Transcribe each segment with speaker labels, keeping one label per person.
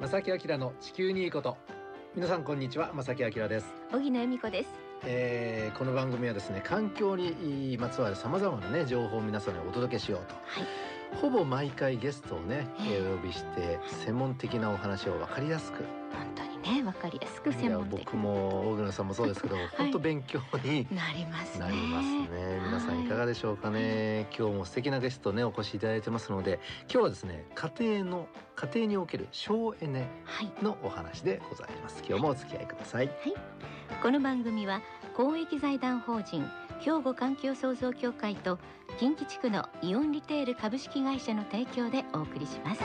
Speaker 1: 正木明の地球にいいこと皆さんこんにちは正木明です、
Speaker 2: 小木野由美子です。
Speaker 1: えーこの番組はですね環境にまつわるさまざまなね情報を皆さんにお届けしようと、ほぼ毎回ゲストをね、えーお呼びして専門的なお話を分かりやすく
Speaker 2: 本当にね、わかりやすく
Speaker 1: い
Speaker 2: 専
Speaker 1: や
Speaker 2: 門的
Speaker 1: 僕も大黒さんもそうですけど、本当勉強に
Speaker 2: なりますね。
Speaker 1: なりますね皆さんいかがでしょうかね、今日も素敵なゲストねお越しいただいてますので今日はですね家庭の家庭における省エネ
Speaker 2: はい。
Speaker 1: のお話でございます今日もお付き合いください
Speaker 2: この番組は公益財団法人兵庫環境創造協会と近畿地区のイオンリテール株式会社の提供でお送りします。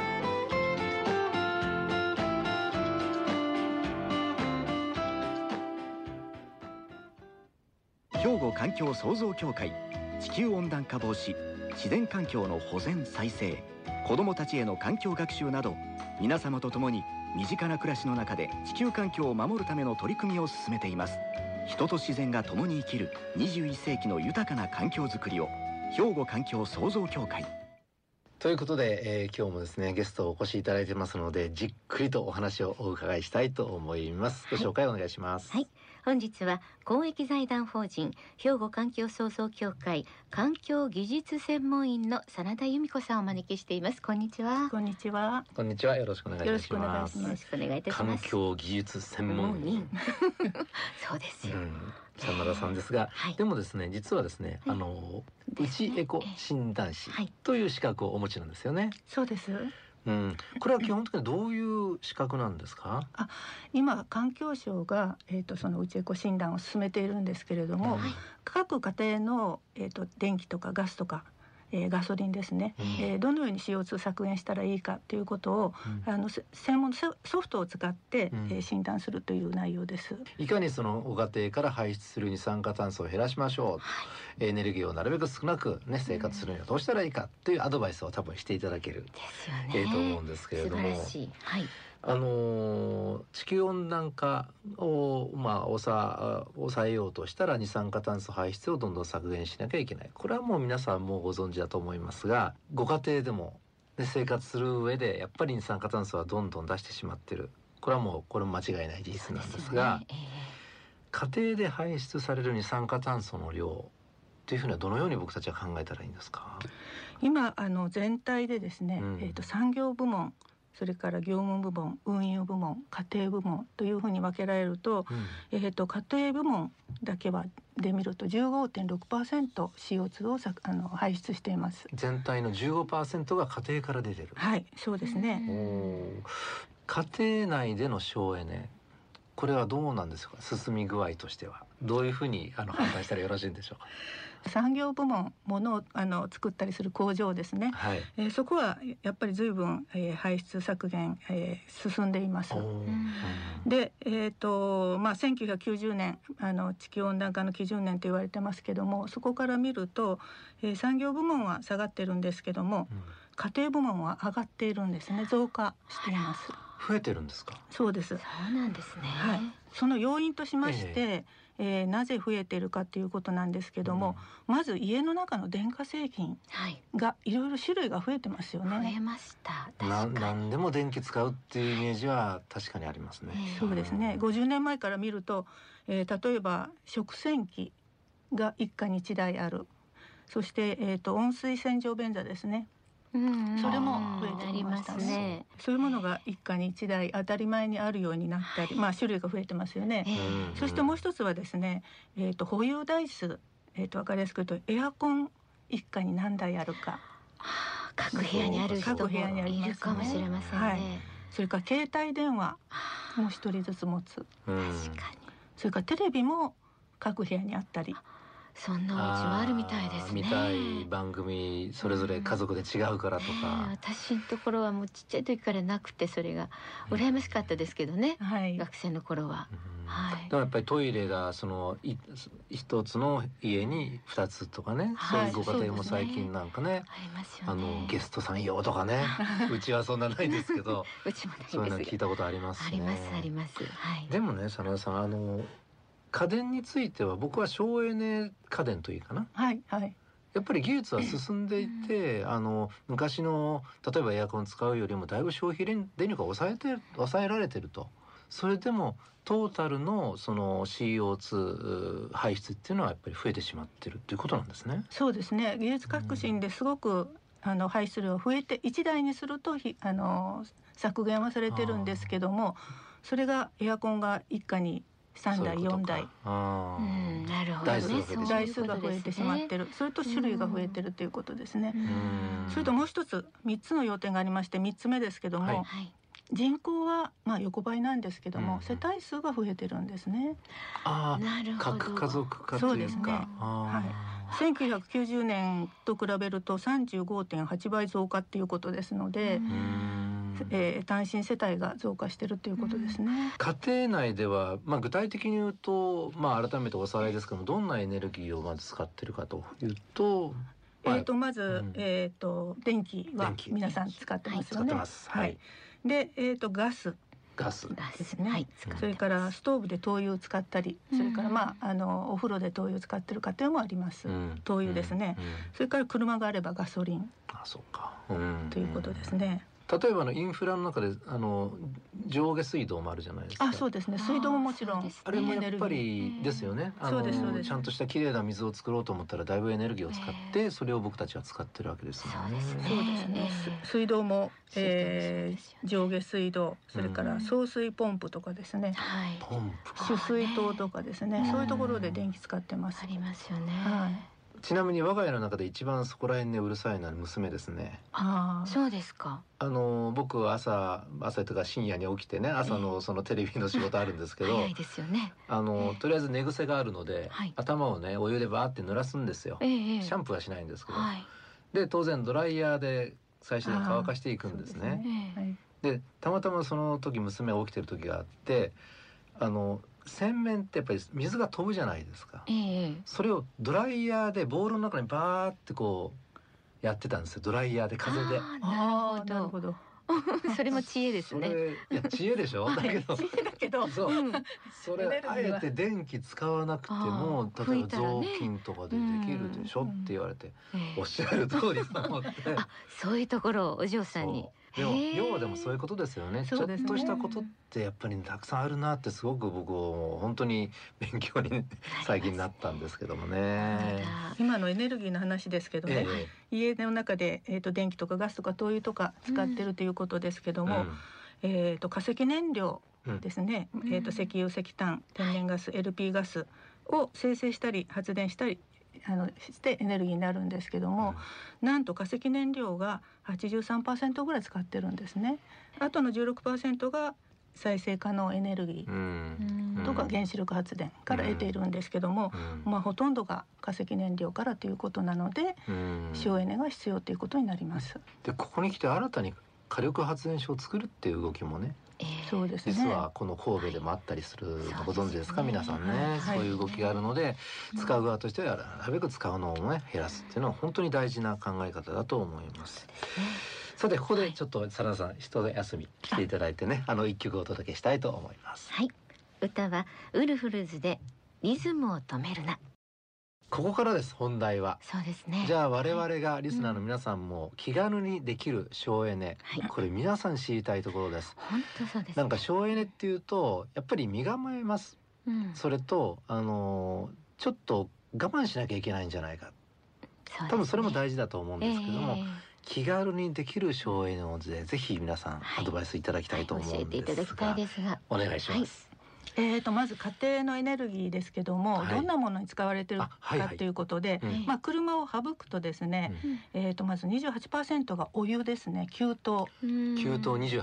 Speaker 3: 兵庫環境創造協会地球温暖化防止自然環境の保全再生子どもたちへの環境学習など皆様と共に身近な暮らしの中で地球環境を守るための取り組みを進めています人と自然が共に生きる21世紀の豊かな環境づくりを兵庫環境創造協会
Speaker 1: ということで、えー今日もですねゲストをお越しいただいてますのでじっくりとお話をお伺いしたいと思いますご
Speaker 2: はい
Speaker 1: 紹介お願いします
Speaker 2: はい本日は公益財団法人兵庫環境創造協会環境技術専門員の真田由美子さんをお招きしています。こんにちは。
Speaker 4: こんにちは。
Speaker 1: こんにちはよろしくお願いいたしま
Speaker 2: よろ
Speaker 1: す
Speaker 2: しくお願いいたしま
Speaker 1: 環
Speaker 2: す。
Speaker 1: 境技術専
Speaker 2: もう
Speaker 1: 門
Speaker 2: いい
Speaker 1: 員、
Speaker 2: そうです
Speaker 1: う
Speaker 2: よ。
Speaker 1: ん、真田さんですが
Speaker 2: はい
Speaker 1: でもですね実はですね、
Speaker 2: はい
Speaker 1: あの
Speaker 2: で
Speaker 1: う
Speaker 2: すね
Speaker 1: ちエコ診断士
Speaker 2: はい
Speaker 1: という資格をお持ちなんですよね、
Speaker 4: そうです。
Speaker 1: うん、これは基本的にどういう資格なんですか
Speaker 4: 今環境省がえっ、とそのうちエコ診断を進めているんですけれども、
Speaker 1: はい
Speaker 4: 各家庭のえっ、と電気とかガスとか、えーガソリンですね。えーどのように CO2 削減したらいいかということを
Speaker 1: うん
Speaker 4: あのせ専門のソソフトを使って、
Speaker 1: うん
Speaker 4: えー診断するという内容です。
Speaker 1: いかにそのご家庭から排出する二酸化炭素を減らしましょ
Speaker 2: はいう
Speaker 1: エネルギーをなるべく少なくね生活するにはどうしたらいいかっていうアドバイスを多分していただける、
Speaker 2: ですよね。
Speaker 1: ええと思うんですけれども
Speaker 2: 素晴らしい。はい。
Speaker 1: あのー地球温暖化をまあ抑え抑えようとしたら二酸化炭素排出をどんどん削減しなきゃいけないこれはもう皆さんもうご存知だと思いますがご家庭でも、ね、生活する上でやっぱり二酸化炭素はどんどん出してしまってるこれはもうこれも間違いない事実なんですが。
Speaker 2: そうですよね
Speaker 1: 家庭で排出される二酸化炭素の量というふうにはどのように僕たちは考えたらいいんですか。
Speaker 4: 今あの全体でですね、
Speaker 1: うん
Speaker 4: えーと産業部門それから業務部門運輸部門家庭部門というふうに分けられるとえー、と家庭部門だけはで見ると 15.6%CO2 をさあの排出しています。
Speaker 1: 全体の15%が家庭から出てる。
Speaker 4: はい、そうですね。
Speaker 1: おー家庭内での省エネ。これはどうなんですか。進み具合としてはどういうふうにあの判断したらよろしいんでしょうか。
Speaker 4: 産業部門、物をあの作ったりする工場です ね。
Speaker 1: はい。
Speaker 4: えーそこはやっぱり随分、えー排出削減、えー進んでいます
Speaker 1: お。ー
Speaker 4: で、えーとまあ、1990年あの地球温暖化の基準年と言われてますけどもそこから見ると、えー産業部門は下がってるんですけども
Speaker 1: うんうん
Speaker 4: 家庭部門は上がっているんですね増加しています。
Speaker 1: 増えてるんですか。
Speaker 4: そうです
Speaker 2: そうなんですね。
Speaker 4: はいその要因としまして、えーなぜ増えているかということなんですけども、まず家の中の電化製品
Speaker 2: はい。
Speaker 4: がいろいろ種類が増えてますよ
Speaker 2: 増え
Speaker 4: ね。
Speaker 2: ました。
Speaker 1: うん。な
Speaker 2: 確かに。
Speaker 1: 何でも電気使うっていうイメージは確かにありますね。
Speaker 2: え
Speaker 4: そうですね。50年前から見ると、えー例えば食洗機が一家に一台ある。そして、えー、と温水洗浄便座ですね
Speaker 2: うんうん
Speaker 4: それも増え
Speaker 2: な
Speaker 4: て
Speaker 2: り
Speaker 4: き
Speaker 2: ま
Speaker 4: まし
Speaker 2: す
Speaker 4: たね
Speaker 2: ね。
Speaker 4: そういうものが一家に一台当たり前にあるようになったり、まあ種類が増えてますよね。
Speaker 2: ええ
Speaker 1: うん
Speaker 4: そしてもう一つはですね、えー、と保有台数、えー、と分かりやすく言うとエアコン一家に何台あるか
Speaker 2: ああ各部屋にある人
Speaker 4: 各
Speaker 2: も
Speaker 4: 部屋にあり
Speaker 2: い
Speaker 4: ますね
Speaker 2: るかもしれません
Speaker 4: はい
Speaker 2: ね。
Speaker 4: それから携帯電話
Speaker 2: あ
Speaker 4: も一人ずつ持つ
Speaker 1: うん
Speaker 2: あ確かに。
Speaker 4: それからテレビも各部屋にあったり
Speaker 2: そんなお家もあるみたいですね。
Speaker 1: 見たい番組それぞれ家族で違うからと
Speaker 2: ねえ
Speaker 1: か、
Speaker 2: 私のところはもうちっちゃい時からなくてそれが羨ましかったですけどね、
Speaker 4: はい
Speaker 2: 学生の頃は。
Speaker 1: うん
Speaker 2: はい
Speaker 1: でもやっぱりトイレがそのい一つの家に二つとかね、
Speaker 2: はい
Speaker 1: そういうご家庭も
Speaker 2: そうで
Speaker 1: 最
Speaker 2: すね
Speaker 1: 近なんかね
Speaker 2: ありますよね。
Speaker 1: あのゲストさん用とか ねうちはそんなないですけど
Speaker 2: うちもないんです
Speaker 1: そういうの聞いたことありますね
Speaker 2: ありますあります。はい。
Speaker 1: でもね真田さんあの家電については僕は省エネ家電というかな
Speaker 4: はいはい
Speaker 1: やっぱり技術は進んでいて、あの昔の例えばエアコン使うよりもだいぶ消費電力が抑えて抑えられてると。それでもトータルのその CO2 排出っていうのはやっぱり増えてしまってるということなんですね。
Speaker 4: そうですね技術革新ですごく、あの排出量増えて1台にするとひあの削減はされてるんですけどもそれがエアコンが一家に3台4台
Speaker 1: あー
Speaker 2: うん、なるほどね。
Speaker 1: 台数が増えてしまう
Speaker 2: そう
Speaker 4: 台
Speaker 2: いうことですね
Speaker 4: 数が増えてしまってるそれと種類が増えてるということですね。
Speaker 1: ん
Speaker 4: それともう一つ3つの要点がありまして3つ目ですけども、
Speaker 1: はい
Speaker 2: はい。
Speaker 4: 人口はまあ横ばいなんですけども、
Speaker 1: うん
Speaker 4: 世帯数が増えてるんですね
Speaker 1: あー
Speaker 2: なるほど。
Speaker 1: 核家族化
Speaker 4: そ
Speaker 1: と
Speaker 4: う
Speaker 1: い
Speaker 4: で
Speaker 1: う
Speaker 4: す
Speaker 1: か
Speaker 4: ね。
Speaker 1: あ
Speaker 4: 1990年と比べると35.8倍増加っていうことですので、
Speaker 2: うん
Speaker 1: ーうん
Speaker 4: えー単身世帯が増加してるということですね、
Speaker 1: 家庭内では、まあ、具体的に言うと、まあ、改めておさらいですけどもどんなエネルギーをまず使ってるかというと、まあ
Speaker 4: えー、とまず、
Speaker 1: うん
Speaker 4: えー、と電気は
Speaker 1: 電気
Speaker 4: 皆さん使ってます
Speaker 1: 使
Speaker 4: よ
Speaker 1: っ
Speaker 4: ね
Speaker 1: てます、
Speaker 4: は
Speaker 1: はい
Speaker 4: い、で、えー、とガス
Speaker 1: ガス、
Speaker 2: ガス
Speaker 4: ですね
Speaker 2: はい。使ってます
Speaker 4: それからストーブで灯油を使ったり、それから
Speaker 2: うん
Speaker 4: まああのお風呂で灯油を使ってる家庭もあります、
Speaker 1: うん
Speaker 4: 灯油ですね
Speaker 1: うんうん
Speaker 4: それから車があればガソリン
Speaker 1: あそうか、うん
Speaker 4: ということですね、
Speaker 1: 例えばあのインフラの中であの上下水道もあるじゃないですか
Speaker 4: あそうですね水道ももちろん
Speaker 2: あ
Speaker 1: あれもやっぱ
Speaker 4: エネルギ
Speaker 1: り
Speaker 2: ー
Speaker 1: ですよね。あ
Speaker 4: そうですそう
Speaker 1: の
Speaker 4: です
Speaker 1: ちゃんとした綺麗な水を作ろうと思ったらだいぶエネルギーを使っ
Speaker 2: え
Speaker 1: てそれを僕たちは使ってるわけですもんね。
Speaker 2: そうです
Speaker 4: そうですね、す水道も、
Speaker 2: 水道も
Speaker 4: え
Speaker 2: そう
Speaker 4: ー、
Speaker 2: ですよ
Speaker 4: 上
Speaker 2: ね
Speaker 4: 下水道それか
Speaker 2: う
Speaker 4: ら
Speaker 2: ん
Speaker 4: 送水ポンプとかですね、
Speaker 2: はい。
Speaker 1: ポンプか。
Speaker 4: 取水塔とかですね
Speaker 2: うん
Speaker 4: そういうところで電気使ってます
Speaker 2: ありますよね。
Speaker 4: はい
Speaker 1: ちなみに我が家の中で一番そこら辺ねうるさいのは娘ですね。
Speaker 4: あー
Speaker 2: そうですか。
Speaker 1: あの僕は朝朝とか深夜に起きてね朝
Speaker 2: ええ
Speaker 1: のそのテレビの仕事あるんですけど
Speaker 2: 早いですよね。
Speaker 1: あの
Speaker 2: ええ
Speaker 1: とりあえず寝癖があるので
Speaker 2: はい
Speaker 1: 頭をねお湯でバーって濡らすんですよ
Speaker 2: え。えええ
Speaker 1: シャンプーはしないんですけど。
Speaker 2: はい。
Speaker 1: で当然ドライヤーで最初に乾かしていくんです
Speaker 4: あーそうです
Speaker 1: ね
Speaker 4: ね。
Speaker 2: え
Speaker 4: は
Speaker 2: え
Speaker 4: い、
Speaker 1: でたまたまその時娘が起きてる時があってあの洗面ってやっぱり水が飛ぶじゃないですか
Speaker 2: えええ
Speaker 1: それをドライヤーでボールの中にバーってこうやってたんですよドライヤーで風で。
Speaker 2: あーなるほ
Speaker 4: ど
Speaker 2: ど。それも知恵です
Speaker 1: そ
Speaker 2: ね。
Speaker 1: れいや知恵でし ょだけど
Speaker 4: 知 恵だけど
Speaker 1: そう
Speaker 2: うん。
Speaker 1: それ
Speaker 4: エネルギ
Speaker 1: あ
Speaker 4: ー
Speaker 1: え
Speaker 4: は
Speaker 1: て電気使わなくて
Speaker 2: あ
Speaker 1: も
Speaker 2: ー
Speaker 1: 例え
Speaker 2: 拭
Speaker 1: ば
Speaker 2: いたらね
Speaker 1: 雑巾とかでできるでしょって言われて
Speaker 2: ええ
Speaker 1: おっしゃる通りと思って。
Speaker 2: あ、そういうところをお嬢さんに。
Speaker 1: そうでも
Speaker 2: へー
Speaker 1: 要はでもそういうことですよねちょ
Speaker 4: そう
Speaker 1: っ
Speaker 4: ですね
Speaker 1: としたことってやっぱりね、たくさんあるなってすごく僕もう本当に勉強にね、最近なったんですけどもね。
Speaker 2: あ
Speaker 4: 今のエネルギーの話ですけどね、
Speaker 1: え
Speaker 4: 家の中で、えー、と電気とかガスとか灯油とか使ってるということですけど
Speaker 1: え
Speaker 4: も、えー、と化石燃料
Speaker 1: うん
Speaker 4: ですね、
Speaker 2: うん
Speaker 4: えー、と石油石炭天然ガス LP ガスを生成したり発電したりあのしてエネルギーになるんですけども、なんと化石燃料が83%ぐらい使ってるんですね。あとの16%が再生可能エネルギ
Speaker 1: うんうん
Speaker 2: うん
Speaker 4: ーとか
Speaker 1: うん
Speaker 4: 原子力発電から得ているんですけども、
Speaker 1: うん
Speaker 4: まあ、ほとんどが化石燃料からということなので
Speaker 1: うん
Speaker 4: 省エネが必要ということになります。
Speaker 1: でここに来て新たに火力発電所を作るっていう動きもね
Speaker 2: ええ
Speaker 4: そうですね
Speaker 1: 実はこの神戸でもあったりするの
Speaker 2: はい
Speaker 1: ご存知ですか、
Speaker 2: そうですね
Speaker 1: 皆さんね、
Speaker 4: はい
Speaker 1: そういう動きがあるので、
Speaker 2: うん
Speaker 1: 使う側としてはなるべく使うのをね減らすっていうのは本当に大事な考え方だと思います。さてここでちょっとサラさん一休み来ていただいてねあの一曲お届けしたいと思います
Speaker 2: はい。歌はウルフルズでリズムを止めるな。
Speaker 1: ここからです本題は
Speaker 2: そうですね。
Speaker 1: じゃあ我々がリスナーの皆さんも気軽にできる省エネ
Speaker 2: はい。
Speaker 1: これ皆さん知りたいところです
Speaker 2: 本当そうです、ね。
Speaker 1: なんか省エネっていうとやっぱり身構えます
Speaker 2: うん、
Speaker 1: それとあのーちょっと我慢しなきゃいけないんじゃないか
Speaker 2: そうですね
Speaker 1: 多分それも大事だと思うんですけども、
Speaker 2: ええ
Speaker 1: 気軽にできる省エネをぜぜひ皆さん
Speaker 2: は
Speaker 1: ア
Speaker 2: い
Speaker 1: ドバイスいただきたいと思
Speaker 2: は
Speaker 1: う
Speaker 2: い
Speaker 1: ん
Speaker 2: 教えていた
Speaker 1: で
Speaker 2: だ
Speaker 1: す
Speaker 2: きたい
Speaker 1: が
Speaker 2: ですが、
Speaker 1: お願いします。
Speaker 4: えー、とまず家庭のエネルギーですけども、
Speaker 1: はい
Speaker 4: どんなものに使われてるか
Speaker 1: あはいはい
Speaker 4: ということで、
Speaker 1: うん
Speaker 2: はい
Speaker 4: まあ、車を省くとですね、
Speaker 2: うん
Speaker 4: えー、とまず28%がお湯ですね給湯
Speaker 2: うん
Speaker 1: 給湯28%、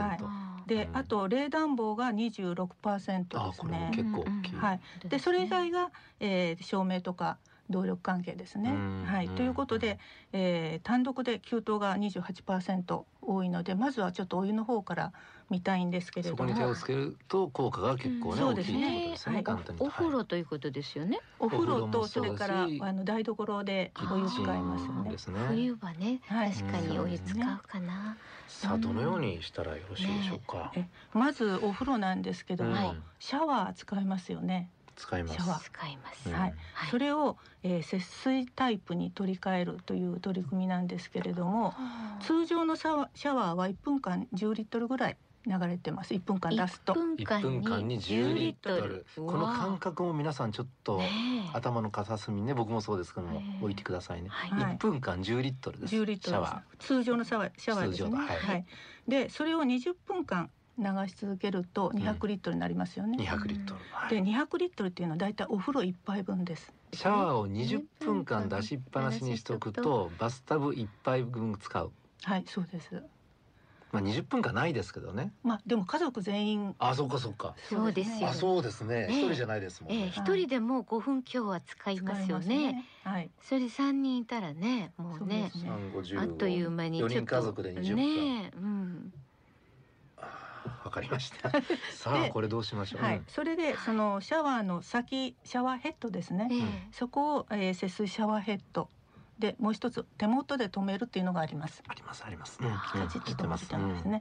Speaker 4: はいで、
Speaker 1: うん
Speaker 4: あと冷暖房が26%
Speaker 1: あ
Speaker 4: です
Speaker 1: これも
Speaker 4: ね
Speaker 1: 結構大きい、
Speaker 2: うん
Speaker 4: はい
Speaker 2: 構
Speaker 4: でそれ以外が、えー照明とか動力関係ですね
Speaker 1: うん。
Speaker 4: はい、ということで、えー単独で給湯が28%多いのでまずはちょっとお湯の方から見たいんですけれ
Speaker 1: そ
Speaker 4: ど
Speaker 1: こに手
Speaker 4: も
Speaker 1: をつけると効果が結構ね、
Speaker 4: うん
Speaker 1: 大きいってことですね、
Speaker 4: そうですね
Speaker 1: 簡単に
Speaker 2: お風
Speaker 1: はい
Speaker 2: 呂ということですよね。
Speaker 4: お風
Speaker 1: お
Speaker 4: 呂
Speaker 1: 風呂
Speaker 4: と
Speaker 1: もそ
Speaker 4: そうれ
Speaker 1: だし
Speaker 4: からあの台所でお湯使いますよ
Speaker 1: で
Speaker 4: ね。
Speaker 1: すね
Speaker 2: 冬はね、
Speaker 4: はい
Speaker 2: 確かにお湯使うかな。
Speaker 1: さあどのようにしたらよろしいでしょうか、
Speaker 4: えまずお風呂なんですけども、
Speaker 1: うん
Speaker 4: シャワー使いますよね。
Speaker 1: 使います
Speaker 4: シャワー
Speaker 2: 使います。
Speaker 1: うん
Speaker 4: はい
Speaker 2: はい
Speaker 4: それを、えー節水タイプに取り替えるという取り組みなんですけれども通常のシャワーシャワーは1分間10リットルぐらい流れてます1分間出すと
Speaker 2: 一
Speaker 1: 1分間に10リットルこの感覚も皆さんちょっと
Speaker 2: ねえ
Speaker 1: 頭の片隅にね僕もそうですけども
Speaker 2: ねえ
Speaker 1: 置いてくださいね
Speaker 2: はい
Speaker 4: はい
Speaker 1: 1分間10リットルです
Speaker 4: 10リットル
Speaker 1: シャ
Speaker 4: で
Speaker 1: ワ
Speaker 4: す通常のシャワーシャワーで
Speaker 1: 通
Speaker 4: すね
Speaker 1: 常のはい
Speaker 4: はい、でそれを20分間流し続けると200リットルになりますよ
Speaker 1: ー
Speaker 4: ね、
Speaker 1: 200リットルはい
Speaker 4: で200リットルっていうのはだいたいお風呂一杯分です
Speaker 1: シャワーを20分間出しっぱなしにしておくとバスタブ1杯分使う
Speaker 4: はいそうです
Speaker 1: まあ20分間ないですけどね
Speaker 4: まあでも家族全員
Speaker 1: あそっかそっか
Speaker 2: そうですよ
Speaker 1: あそうですね
Speaker 2: ええ
Speaker 1: 一人じゃないですもん
Speaker 2: ええ
Speaker 1: ね
Speaker 2: 一人でも5分今日は使いますよね。
Speaker 4: はい
Speaker 2: それ3人いたらねもうね
Speaker 4: そうですね
Speaker 1: 3 5 15
Speaker 2: あっという間にちょっと
Speaker 1: 4人家族で20分
Speaker 2: ねえうん
Speaker 1: あーわかりましたさあ
Speaker 4: で
Speaker 1: これどうしましょう
Speaker 4: はい、それでそのシャワーの先シャワーヘッドですね
Speaker 2: ええ
Speaker 4: そこを、えー節水シャワーヘッドでもう一つ手元で止めるっていうのがあります。
Speaker 1: ありますありますうん
Speaker 4: カチッと止めてます
Speaker 1: うん
Speaker 4: ね。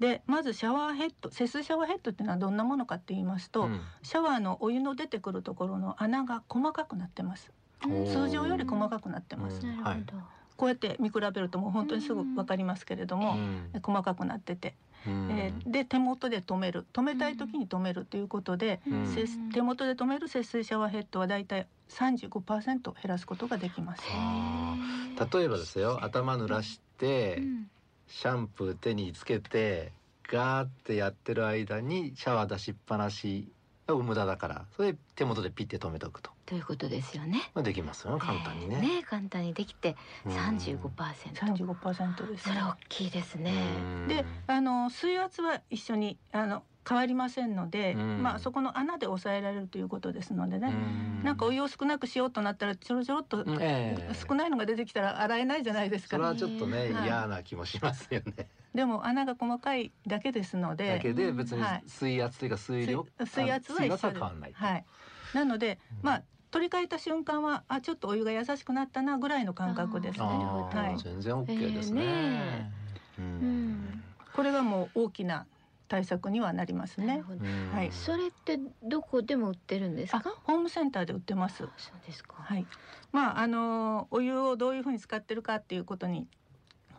Speaker 4: でまずシャワーヘッド節水シャワーヘッドっていうのはどんなものかって言います
Speaker 1: う
Speaker 4: と、
Speaker 1: ん
Speaker 4: シャワーのお湯の出てくるところの穴が細かくなってます。
Speaker 1: おー
Speaker 4: 通常より細かくなってます。
Speaker 1: うん
Speaker 2: なるほど
Speaker 4: こうやって見比べるともう本当にすぐわかりますけれども、
Speaker 1: う
Speaker 4: 細かくなってて、
Speaker 1: ん
Speaker 4: えーで手元で止める止めたい時に止めるということで、
Speaker 1: うん
Speaker 2: うん
Speaker 4: 節手元で止める節水シャワーヘッドはだいたい35%減らすことができます。
Speaker 1: あ例えばですよ頭濡らして、
Speaker 2: うん
Speaker 1: シャンプー手につけてガーってやってる間にシャワー出しっぱなしが無駄だからそれで手元でピッて止めておくと、
Speaker 2: ということですよね。
Speaker 1: まあ、できますよね簡単に
Speaker 2: え
Speaker 1: ね
Speaker 2: え。ねえ簡単にできて
Speaker 1: うん
Speaker 2: 35%。
Speaker 4: 35%です
Speaker 2: それ
Speaker 4: ね。
Speaker 2: 大きいですね。
Speaker 1: うん
Speaker 4: で、あの水圧は一緒にあの変わりませんので、
Speaker 1: うん
Speaker 4: まあそこの穴で抑えられるということですので
Speaker 1: う
Speaker 4: ね。なんかお湯を少なくしようとなったらちょろちょろっ
Speaker 1: う
Speaker 4: と
Speaker 1: んええ
Speaker 4: 少ないのが出てきたら洗えないじゃないです
Speaker 1: それ
Speaker 4: か。
Speaker 1: はちょっとね、
Speaker 4: はい
Speaker 1: 嫌な気もしますよね。
Speaker 4: でも穴が細かいだけですの
Speaker 1: だ
Speaker 4: で、
Speaker 1: けで別に
Speaker 4: はい
Speaker 1: 水圧というか水
Speaker 4: 水
Speaker 1: 量、
Speaker 4: 水圧は
Speaker 1: 水
Speaker 4: 一
Speaker 1: 圧
Speaker 4: 緒
Speaker 1: は
Speaker 4: で
Speaker 1: 変わんない。
Speaker 4: はい。なので、
Speaker 1: うん
Speaker 4: まあ取り替えた瞬間はあちょっとお湯が優しくなったなぐらいの感覚ですね。
Speaker 2: なるほ
Speaker 1: あ
Speaker 2: ど
Speaker 1: あ、
Speaker 4: はい。
Speaker 1: 全然 OK ですね。
Speaker 2: ええね
Speaker 1: う
Speaker 2: うん
Speaker 1: ん
Speaker 4: これがもう大きな対策にはなります
Speaker 2: なる
Speaker 4: ね。
Speaker 2: ほど
Speaker 1: うん
Speaker 4: はい
Speaker 2: それってどこでも売ってるんです
Speaker 4: あ
Speaker 2: か？、
Speaker 4: ホームセンターで売ってます
Speaker 2: そう。ですか。
Speaker 4: はい。まああのお湯をどういうふうに使ってるかっていうことに。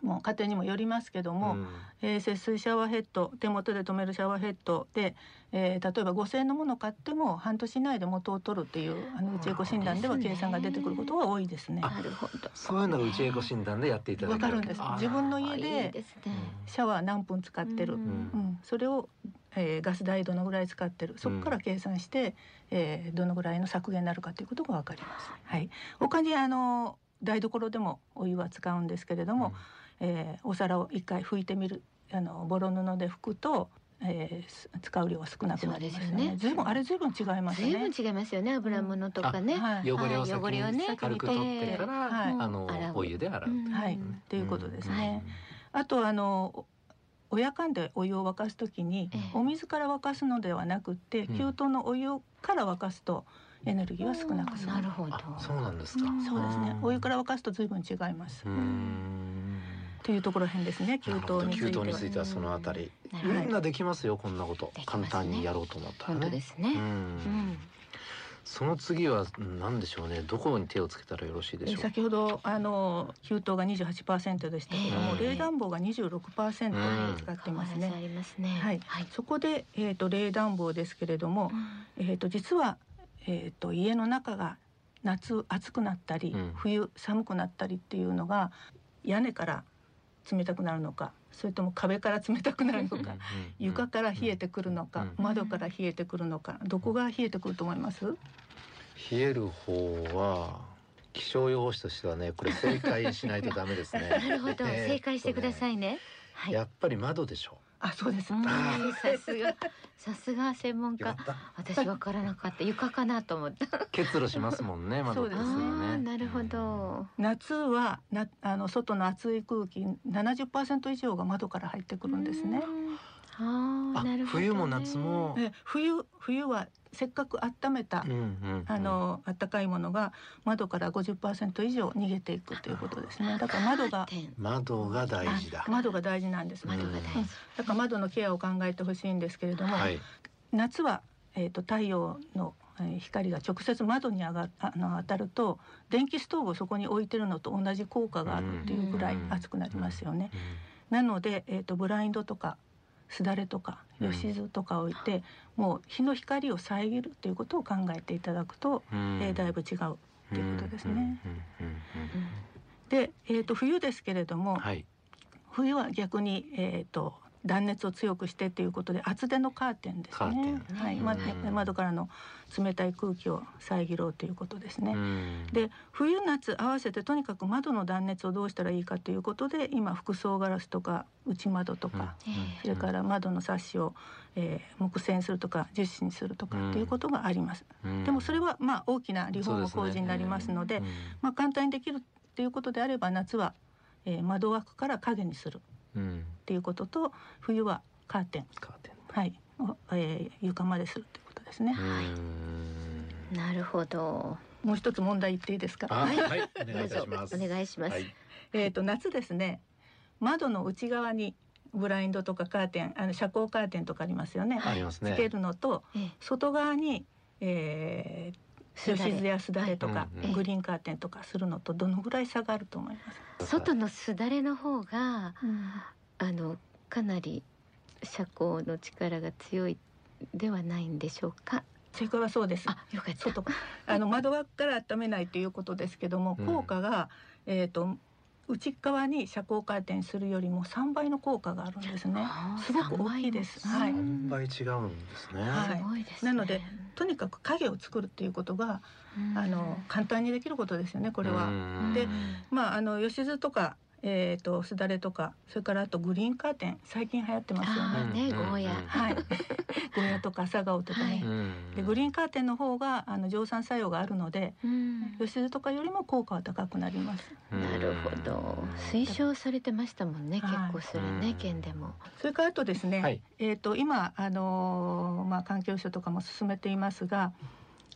Speaker 4: もう家庭にもよりますけども、
Speaker 1: ん
Speaker 4: えー節水シャワーヘッド手元で止めるシャワーヘッドで、えー例えば5,000円のものを買っても半年以内で元を取るっていうあのうちエコ診断では計算が出てくることが多いですね。
Speaker 2: なるほど。
Speaker 1: そういうのがうちエコ診断でやっていただけ
Speaker 4: わかるんです
Speaker 1: ああ
Speaker 4: 自分の
Speaker 2: あ
Speaker 4: 家で
Speaker 2: いいですね。
Speaker 4: シャワー何分使ってる、
Speaker 2: う
Speaker 4: うんん、それを、えーガス代どのぐらい使ってるそこから計算して、えーどのぐらいの削減になるかということが分かります。はい、他にあの台所でもお湯は使うんですけれども、えーお皿を一回拭いてみるあのボロ布で拭くと、えーす使う量は少なくなりますよ
Speaker 2: そうですよ
Speaker 4: ね
Speaker 2: ね。
Speaker 4: ずいぶんあれずいぶん違います
Speaker 2: 随
Speaker 4: ね。
Speaker 2: 分違いますよね。油物とかね。
Speaker 4: うんはい
Speaker 1: 汚れを
Speaker 2: はい汚れを
Speaker 1: 先
Speaker 2: ね
Speaker 1: に軽く取ってから、
Speaker 4: はい
Speaker 1: あ
Speaker 2: 洗
Speaker 1: の
Speaker 2: う
Speaker 1: お湯で洗う。
Speaker 2: うん
Speaker 4: はい
Speaker 2: うん
Speaker 4: ということですね。あとあのお親かんでお湯を沸かすときに、
Speaker 2: ええ
Speaker 4: お水から沸かすのではなくて、
Speaker 1: うん
Speaker 4: 給湯のお湯から沸かすとエネルギーは少なくする。
Speaker 2: なるほ
Speaker 1: うん
Speaker 2: ど。
Speaker 1: あ、そうなんですか。
Speaker 2: うん
Speaker 4: そうですね
Speaker 1: ん。
Speaker 4: お湯から沸かすとずいぶん違います。
Speaker 1: う
Speaker 4: っ
Speaker 1: ん。
Speaker 4: ていうところ辺ですね。給
Speaker 1: なるほど
Speaker 4: 湯につ
Speaker 1: 給
Speaker 4: いて
Speaker 1: 湯
Speaker 4: は
Speaker 1: に。ついてはそのあたり、
Speaker 2: なるほど
Speaker 1: みんなできますよこんなこと
Speaker 2: できます
Speaker 1: 簡
Speaker 2: ね
Speaker 1: 単にやろうと思ったら
Speaker 2: 本当で
Speaker 1: ね。
Speaker 2: す
Speaker 1: う。
Speaker 2: ね。うんん。
Speaker 1: その次はうん何でしょうね。どこに手をつけたらよろしいでしょうか。
Speaker 4: 先ほどあの給湯が28%でしたけども、
Speaker 1: うん
Speaker 4: 冷暖房が26%
Speaker 1: うん
Speaker 4: 使ってますね。
Speaker 2: 変わらずありますね。
Speaker 4: はい
Speaker 2: はい。
Speaker 4: そこで、えー、と冷暖房ですけれども、えー、と実は、えー、と家の中が夏暑くなったり、
Speaker 1: うん
Speaker 4: 冬寒くなったりっていうのが屋根から冷たくなるのかそれとも壁から冷たくなるのか、床から冷えてくるのか、
Speaker 1: うん
Speaker 4: 窓から冷えてくるのかどこが冷えてくると思います、
Speaker 1: 冷える方は気象予報士としてはねこれ正解しないとダメですね
Speaker 2: なるほど。正解してくださ
Speaker 1: い、
Speaker 2: いね。はい。
Speaker 1: やっぱり窓でしょ
Speaker 4: あそうです、
Speaker 2: うん
Speaker 1: あ
Speaker 2: さすが。さすが専
Speaker 1: う
Speaker 2: 門
Speaker 1: よ
Speaker 2: 家。
Speaker 1: かっ
Speaker 2: 私わからなかった。床かなと思った。
Speaker 1: た結露しますもんね窓
Speaker 4: そう
Speaker 1: で
Speaker 4: ですす
Speaker 1: よ
Speaker 4: ね
Speaker 2: ああ、
Speaker 1: ね
Speaker 2: なるほど。
Speaker 4: 夏はなあの外の暑い空気70%以上が窓から入ってくるんですね。
Speaker 2: うん。ああ、
Speaker 1: あ
Speaker 2: なるほど、ね。
Speaker 1: 冬も夏も
Speaker 4: え冬冬はせっかく温めた
Speaker 1: うんうん
Speaker 4: あの暖かいものが窓から50%以上逃げていくということですね。だから窓が
Speaker 2: 点
Speaker 1: 窓が大事だ
Speaker 4: 窓が大事なんですね。
Speaker 2: 窓が大事。
Speaker 4: だから窓のケアを考えてほしいんですけれども、
Speaker 1: はい
Speaker 4: 夏はえっ、と太陽のえー光が直接窓にあがあの当たると電気ストーブをそこに置いてるのと同じ効果があるっていうぐらい
Speaker 1: うん
Speaker 4: 熱くなりますよね。
Speaker 1: うん
Speaker 4: なので、えー、とブラインドとかすだれとか
Speaker 1: うん
Speaker 4: 吉図とか置いて、もう日の光を遮るということを考えていただくと、
Speaker 1: うん
Speaker 4: えーだいぶ違う。っていうことですね。
Speaker 1: うんうんうん
Speaker 4: で、えー、と冬ですけれども、
Speaker 1: うんはい。
Speaker 4: 冬は逆に、えー、と断熱を強くしてということで厚手のカーテンです
Speaker 1: カーテ
Speaker 4: ね
Speaker 1: ン。
Speaker 4: はい、
Speaker 2: うん
Speaker 4: まやっぱり窓からの冷たい空気を遮ろうということですね。
Speaker 1: うん
Speaker 4: で冬夏合わせてとにかく窓の断熱をどうしたらいいかということで今服装ガラスとか内窓とか、
Speaker 2: ええ
Speaker 4: それから窓のサッシを、えー木製にするとか樹脂にするとか
Speaker 1: うん
Speaker 4: ということがあります。
Speaker 1: うん
Speaker 4: でもそれはまあ大きなリフォーム
Speaker 1: そう
Speaker 4: 工
Speaker 1: ですね
Speaker 4: 事になりますので
Speaker 1: うん
Speaker 4: まあ、簡単にできるっていうことであれば夏は、えー窓枠から影にするっ
Speaker 1: うん
Speaker 4: ていうことと冬はカーテン、
Speaker 1: カーテン。
Speaker 4: はいをえー床までするということですね。
Speaker 2: はい
Speaker 1: うん
Speaker 2: なるほど。
Speaker 4: もう一つ問題言っていいです
Speaker 1: あ
Speaker 4: か。
Speaker 1: はいお
Speaker 2: ど
Speaker 1: 願いういた
Speaker 2: ぞ
Speaker 1: します。
Speaker 2: お願いします。
Speaker 1: はい
Speaker 4: えっ、と夏ですね窓の内側にブラインドとかカーテンあの遮光カーテンとかありますよね。
Speaker 1: ありますね。
Speaker 4: つけるのと
Speaker 2: ええ
Speaker 4: 外側に、えー、
Speaker 2: すだれ
Speaker 4: 吉津やすだれとか、
Speaker 1: うんうん
Speaker 4: グリーンカーテンとかするのとどのぐらい差があると思います。
Speaker 2: 外のすだれの方が
Speaker 4: う
Speaker 2: あのかなり遮光の力が強いではないんでしょうか。
Speaker 4: 正解はそうです。
Speaker 2: あ、よかった。
Speaker 4: 外 あの窓枠から温めないということですけども、
Speaker 1: うん
Speaker 4: 効果が、えー、と内側に遮光カーテンするよりも3倍の効果があるんですね。
Speaker 2: あー
Speaker 4: すごく大きいです
Speaker 2: 三倍も
Speaker 4: はい
Speaker 1: 三倍違うんですね。
Speaker 4: は
Speaker 2: すごいですね。
Speaker 4: なのでとにかく影を作るっていうことが、
Speaker 2: うん、
Speaker 4: あの簡単にできることですよねこれは。
Speaker 1: うん
Speaker 4: でまああの吉津とかえー、とすだれとかそれからあとグリーンカーテン最近流行ってますよ
Speaker 2: あ
Speaker 4: ね。
Speaker 2: ーね
Speaker 1: うん
Speaker 2: ゴーヤ
Speaker 1: うん
Speaker 4: はい、ゴーヤとか朝顔とかね、
Speaker 2: は
Speaker 1: うん
Speaker 4: でグリーンカーテンの方があの蒸散作用があるので
Speaker 2: うん
Speaker 4: 吉津とかよりも効果は高くなります。
Speaker 2: なるほど。推奨されてましたもんね。結
Speaker 4: はい
Speaker 2: 構それ
Speaker 1: う
Speaker 2: ね
Speaker 1: ん
Speaker 2: 県でも。
Speaker 4: それからあとですね、
Speaker 1: はい
Speaker 4: えっ、と今あのーまあ環境省とかも進めていますが、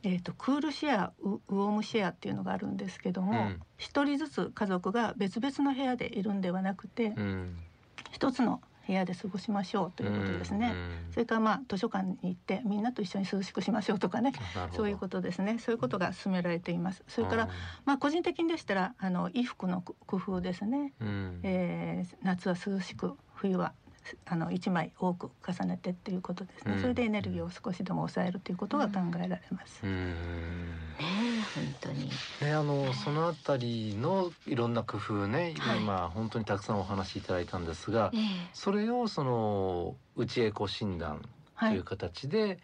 Speaker 4: えっ、とクールシェア、ウウォームシェアっていうのがあるんですけど
Speaker 1: う
Speaker 4: も
Speaker 1: ん、
Speaker 4: 一、人ずつ家族が別々の部屋でいるんではなくて
Speaker 1: う、ん
Speaker 4: 一、つの部屋で過ごしましょうということです
Speaker 1: う
Speaker 4: ね。
Speaker 1: ん
Speaker 4: それからまあ図書館に行ってみんなと一緒に涼しくしましょうとかね。
Speaker 1: なるほど
Speaker 4: そういうことですね。そういうことが進められています。それから、まあ個人的にでしたら、あの衣服の工工夫ですね。
Speaker 1: うん
Speaker 4: えー夏は涼しく冬はあの1枚多く重ねてっていうことですね、
Speaker 1: うん
Speaker 4: それでエネルギーを少しでも抑えるということが考えられます、
Speaker 1: うん
Speaker 2: ね本当に。
Speaker 1: ね、あのそのあたりのいろんな工夫ね、
Speaker 2: はい
Speaker 1: 今本当にたくさんお話しいただいたんですが、
Speaker 2: え
Speaker 1: それをその内エコ診断と、
Speaker 4: はいいう
Speaker 1: 形で、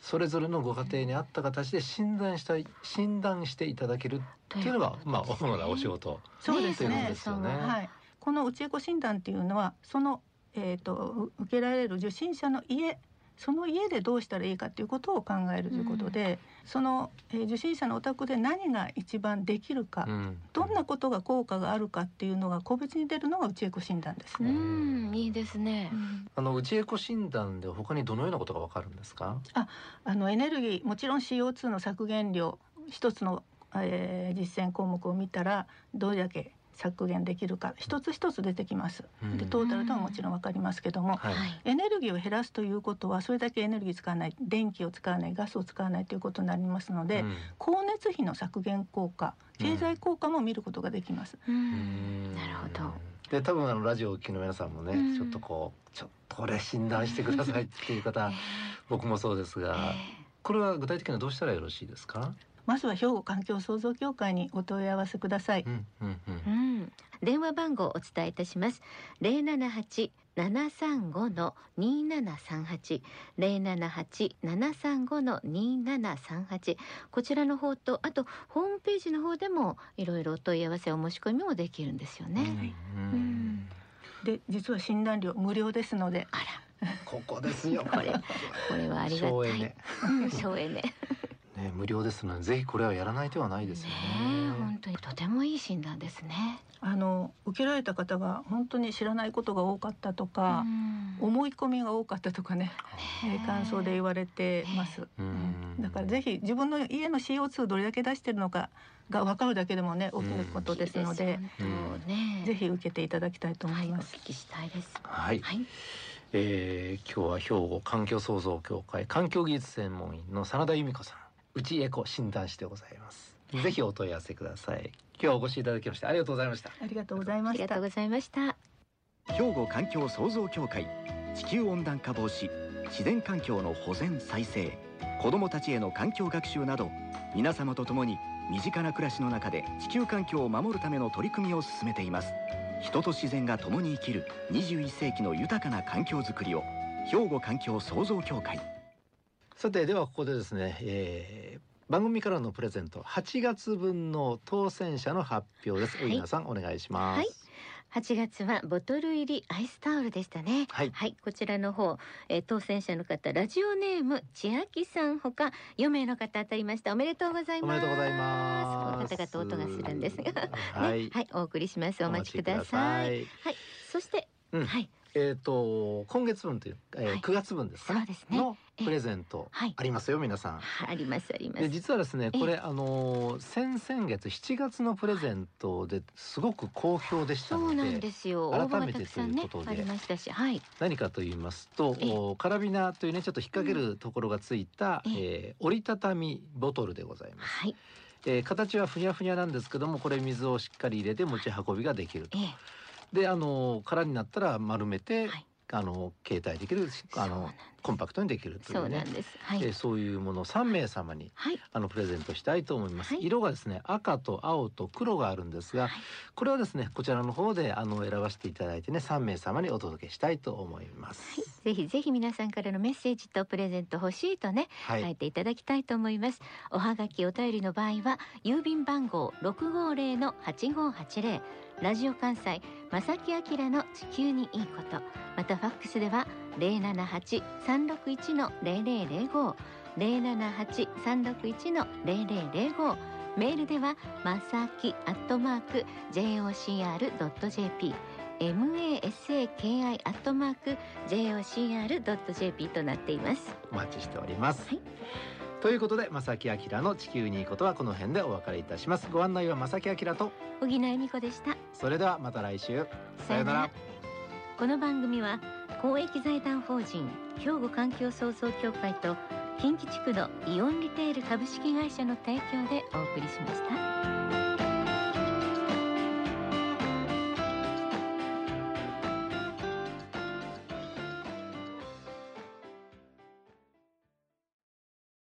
Speaker 1: それぞれのご家庭に合った形で診断したい診断していただける
Speaker 2: と
Speaker 1: っていうのが、まあ主なお仕
Speaker 2: 事
Speaker 1: 事
Speaker 4: そうです
Speaker 1: ということ
Speaker 4: ね
Speaker 1: ですよね。
Speaker 2: ね
Speaker 4: はい、この内エコ診断っていうのはその、えー、とう受けられる受診者の家その家でどうしたらいいかということを考えるということで、その、えー受診者のお宅で何が一番できるか、
Speaker 1: うん
Speaker 4: どんなことが効果があるかっていうのが個別に出るのが内エコ診断です
Speaker 2: う
Speaker 4: ね。
Speaker 2: ん、いいですね。
Speaker 1: あの内エコ診断で他にどのようなことがわかるんですか？
Speaker 4: あのエネルギーもちろん CO2 の削減量一つの、えー実践項目を見たらどれだけ削減できるか一つ一つ出てきます。
Speaker 1: うん
Speaker 4: でトータルでももちろん分かりますけども、
Speaker 1: はい。
Speaker 4: エネルギーを減らすということはそれだけエネルギー使わない電気を使わないガスを使わないということになりますので、
Speaker 1: うん
Speaker 4: 光熱費の削減効果経済効果も見ることができます。
Speaker 2: う
Speaker 1: うんん
Speaker 2: なるほど。
Speaker 1: で多分あのラジオをお聞きの皆さんもね、
Speaker 2: うん
Speaker 1: ちょっとこうちょっとこれ診断してくださいっていう 方僕もそうです
Speaker 2: え
Speaker 1: が、これは具体的にはどうしたらよろしいですか？
Speaker 4: まずは兵庫環境創造協会にお問い合わせください。
Speaker 1: うんうんうん
Speaker 2: えうん、電話番号をお伝えいたします。零七八七三五の二七三八零七八七三五の二七三八こちらの方とあとホームページの方でもいろいろお問い合わせお申し込みもできるんですよね。
Speaker 1: うん
Speaker 2: うん
Speaker 4: で実は診断料無料ですので
Speaker 2: あら
Speaker 1: ここですよ。
Speaker 2: これこれはありが
Speaker 1: 省エ
Speaker 2: たい
Speaker 1: ネ。
Speaker 2: うん省エネ。
Speaker 1: ね無料ですのでぜひこれはやらない手はないですよ
Speaker 2: え
Speaker 1: ね。
Speaker 2: 本当にとてもいい診断ですね。
Speaker 4: あの受けられた方が本当に知らないことが多かったとか、
Speaker 2: うん
Speaker 4: 思い込みが多かったとかね、えー感想で言われてます、
Speaker 1: うん
Speaker 4: うんだからぜひ自分の家の CO2 どれだけ出してるのかが分かるだけでもね大きなことですので、
Speaker 2: 本当ね、
Speaker 4: ぜひ受けていただきたいと思
Speaker 2: はいい、お
Speaker 4: ます、
Speaker 2: 聞きしたいです。
Speaker 1: はい。
Speaker 2: はい、
Speaker 1: えー今日は兵庫環境創造協会環境技術専門員の真田由美子さんうちエコ診断士でございます。ぜひお問い合わせください。今日はお越しいただきましてありがとうございました。
Speaker 4: ありがとうござい
Speaker 2: あ
Speaker 4: ま
Speaker 2: り
Speaker 4: し
Speaker 2: が
Speaker 4: た
Speaker 2: とう。ございました。
Speaker 3: 兵庫環境創造協会地球温暖化防止自然環境の保全再生子どもたちへの環境学習など皆様と共に身近な暮らしの中で地球環境を守るための取り組みを進めています人と自然が共に生きる21世紀の豊かな環境づくりを兵庫環境創造協会
Speaker 1: さてではここでですね、えー番組からのプレゼント8月分の当選者の発表です。
Speaker 2: はい
Speaker 1: 皆さんお願いします。
Speaker 2: 8月はボトル入りアイスタオルでしたね。
Speaker 1: はい
Speaker 2: はい、こちらの方、えー当選者の方、ラジオネーム千秋さんほか4名の方当たりました。おめでとうござい
Speaker 1: お
Speaker 2: ます。
Speaker 1: めでとうござい
Speaker 2: こ
Speaker 1: ま
Speaker 2: の
Speaker 1: す。
Speaker 2: 方々音がするんですが、
Speaker 1: は
Speaker 2: ね
Speaker 1: い。
Speaker 2: はい、お送りします。お待ちくだ
Speaker 1: お
Speaker 2: さい。
Speaker 1: 待ちください。
Speaker 2: はい、そして、
Speaker 1: うん
Speaker 2: はい、
Speaker 1: えっ、と今月分という、えー
Speaker 2: はい
Speaker 1: 9月分ですかね
Speaker 2: そうですね
Speaker 1: の
Speaker 2: ええ
Speaker 1: プレゼント
Speaker 2: はい
Speaker 1: ありますよ、皆さん。
Speaker 2: ありますあります
Speaker 1: で。実はですね
Speaker 2: ええ
Speaker 1: これあのー先々月7月のプレゼントですごく好評でした
Speaker 2: そ
Speaker 1: の
Speaker 2: う
Speaker 1: で
Speaker 2: なんですよ。応募
Speaker 1: 改
Speaker 2: が
Speaker 1: めて
Speaker 2: たくさん
Speaker 1: と
Speaker 2: ね
Speaker 1: いうことで
Speaker 2: ありましたし、はい、
Speaker 1: 何かと言いますと、
Speaker 2: ええ
Speaker 1: おカラビナというねちょっと引っ掛けるところがついた、
Speaker 2: え
Speaker 1: え
Speaker 2: え
Speaker 1: ー折りたたみボトルでございます、
Speaker 2: はい、
Speaker 1: えー形はふにゃふにゃなんですけどもこれ水をしっかり入れて持ち運びができると
Speaker 2: ええ、
Speaker 1: であのー空になったら丸めて、
Speaker 2: はい
Speaker 1: あのー携帯できるあ
Speaker 2: そうな
Speaker 1: の
Speaker 2: んで
Speaker 1: ーコンパクトにできるとい
Speaker 2: そううな
Speaker 1: ね
Speaker 2: んです。は
Speaker 1: え
Speaker 2: い
Speaker 1: ー、そういうものを3名様に
Speaker 2: はい、
Speaker 1: あのプレゼントしたいと思います、
Speaker 2: はい
Speaker 1: 色がですね赤と青と黒があるんですが、
Speaker 2: はい
Speaker 1: これはですねこちらの方であの選ばせていただいてね3名様にお届けしたいと思います
Speaker 2: ぜひぜひ皆さんからのメッセージとプレゼント欲しいとね、
Speaker 1: はい、
Speaker 2: 書いていただきたいと思います。おはがきお便りの場合は郵便番号六五零の八五八零ラジオ関西正木明の地球にいいことまたファックスでは零七八三六一の零零零五零七八三六一の零零零五メールではまさきアットマーク jocr.jp masaki アットマーク jocr.jp となっています。
Speaker 1: お待ちしております、
Speaker 2: はい
Speaker 1: ということで正木明の地球にいいことはこの辺でお別れいたしますご案内は正木明と
Speaker 2: 小木奈由美子でした。
Speaker 1: それではまた来週さようなら
Speaker 2: この番組は公益財団法人兵庫環境創造協会と近畿地区のイオンリテール株式会社の提供でお送りしました。